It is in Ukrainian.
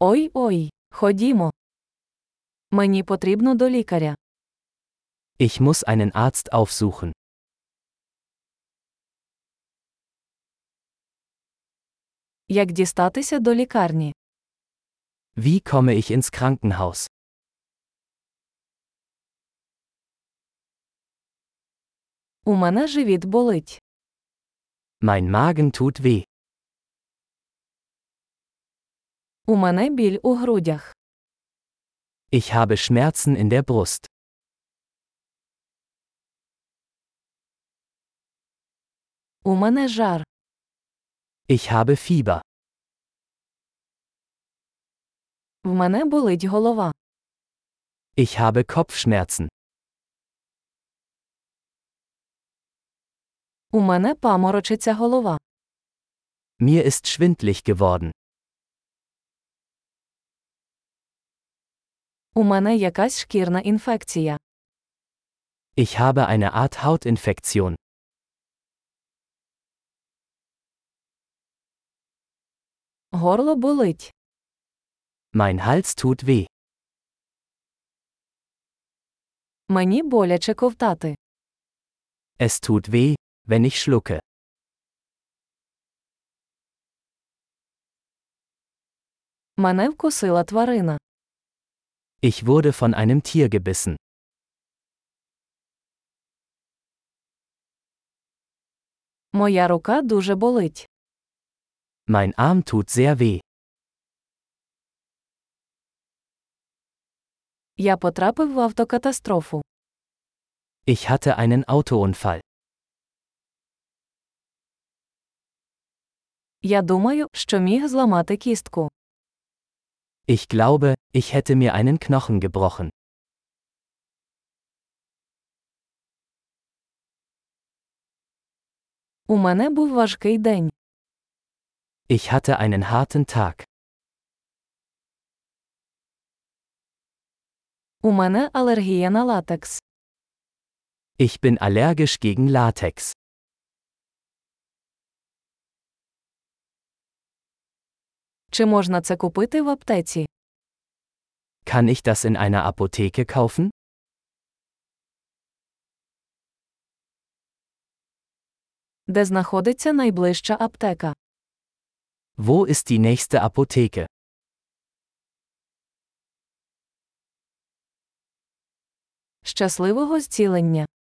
Ой ой, ходімо. Мені потрібно до лікаря. Ich muss einen Arzt aufsuchen. Як дістатися до лікарні? Wie komme ich ins Krankenhaus? У мене живіт болить. Mein Magen tut weh. У мене біль у грудях. Ich habe Schmerzen in der Brust. У мене жар. Ich habe Fieber. В мене болить голова. Ich habe Kopfschmerzen. У мене паморочиться голова. Mir ist schwindlig geworden. У мене якась шкірна інфекція. Ich habe eine Art Hautinfektion. Горло болить. Mein Hals tut weh. Мені боляче ковтати. Es tut weh, wenn ich schlucke. Мене вкусила тварина. Ich wurde von einem Tier gebissen. Моя рука дуже болить. Mein Arm tut sehr weh. Я потрапив в автокатастрофу. Ich hatte einen Autounfall. Я думаю, що міг зламати кістку. Ich glaube, ich hätte mir einen Knochen gebrochen. У мене був важкий день. Ich hatte einen harten Tag. У мене алергія на латекс. Ich bin allergisch gegen Latex. Чи можна це купити в аптеці? Kann ich das in einer Apotheke kaufen? Де знаходиться найближча аптека? Wo ist die nächste Apotheke? Щасливого зцілення!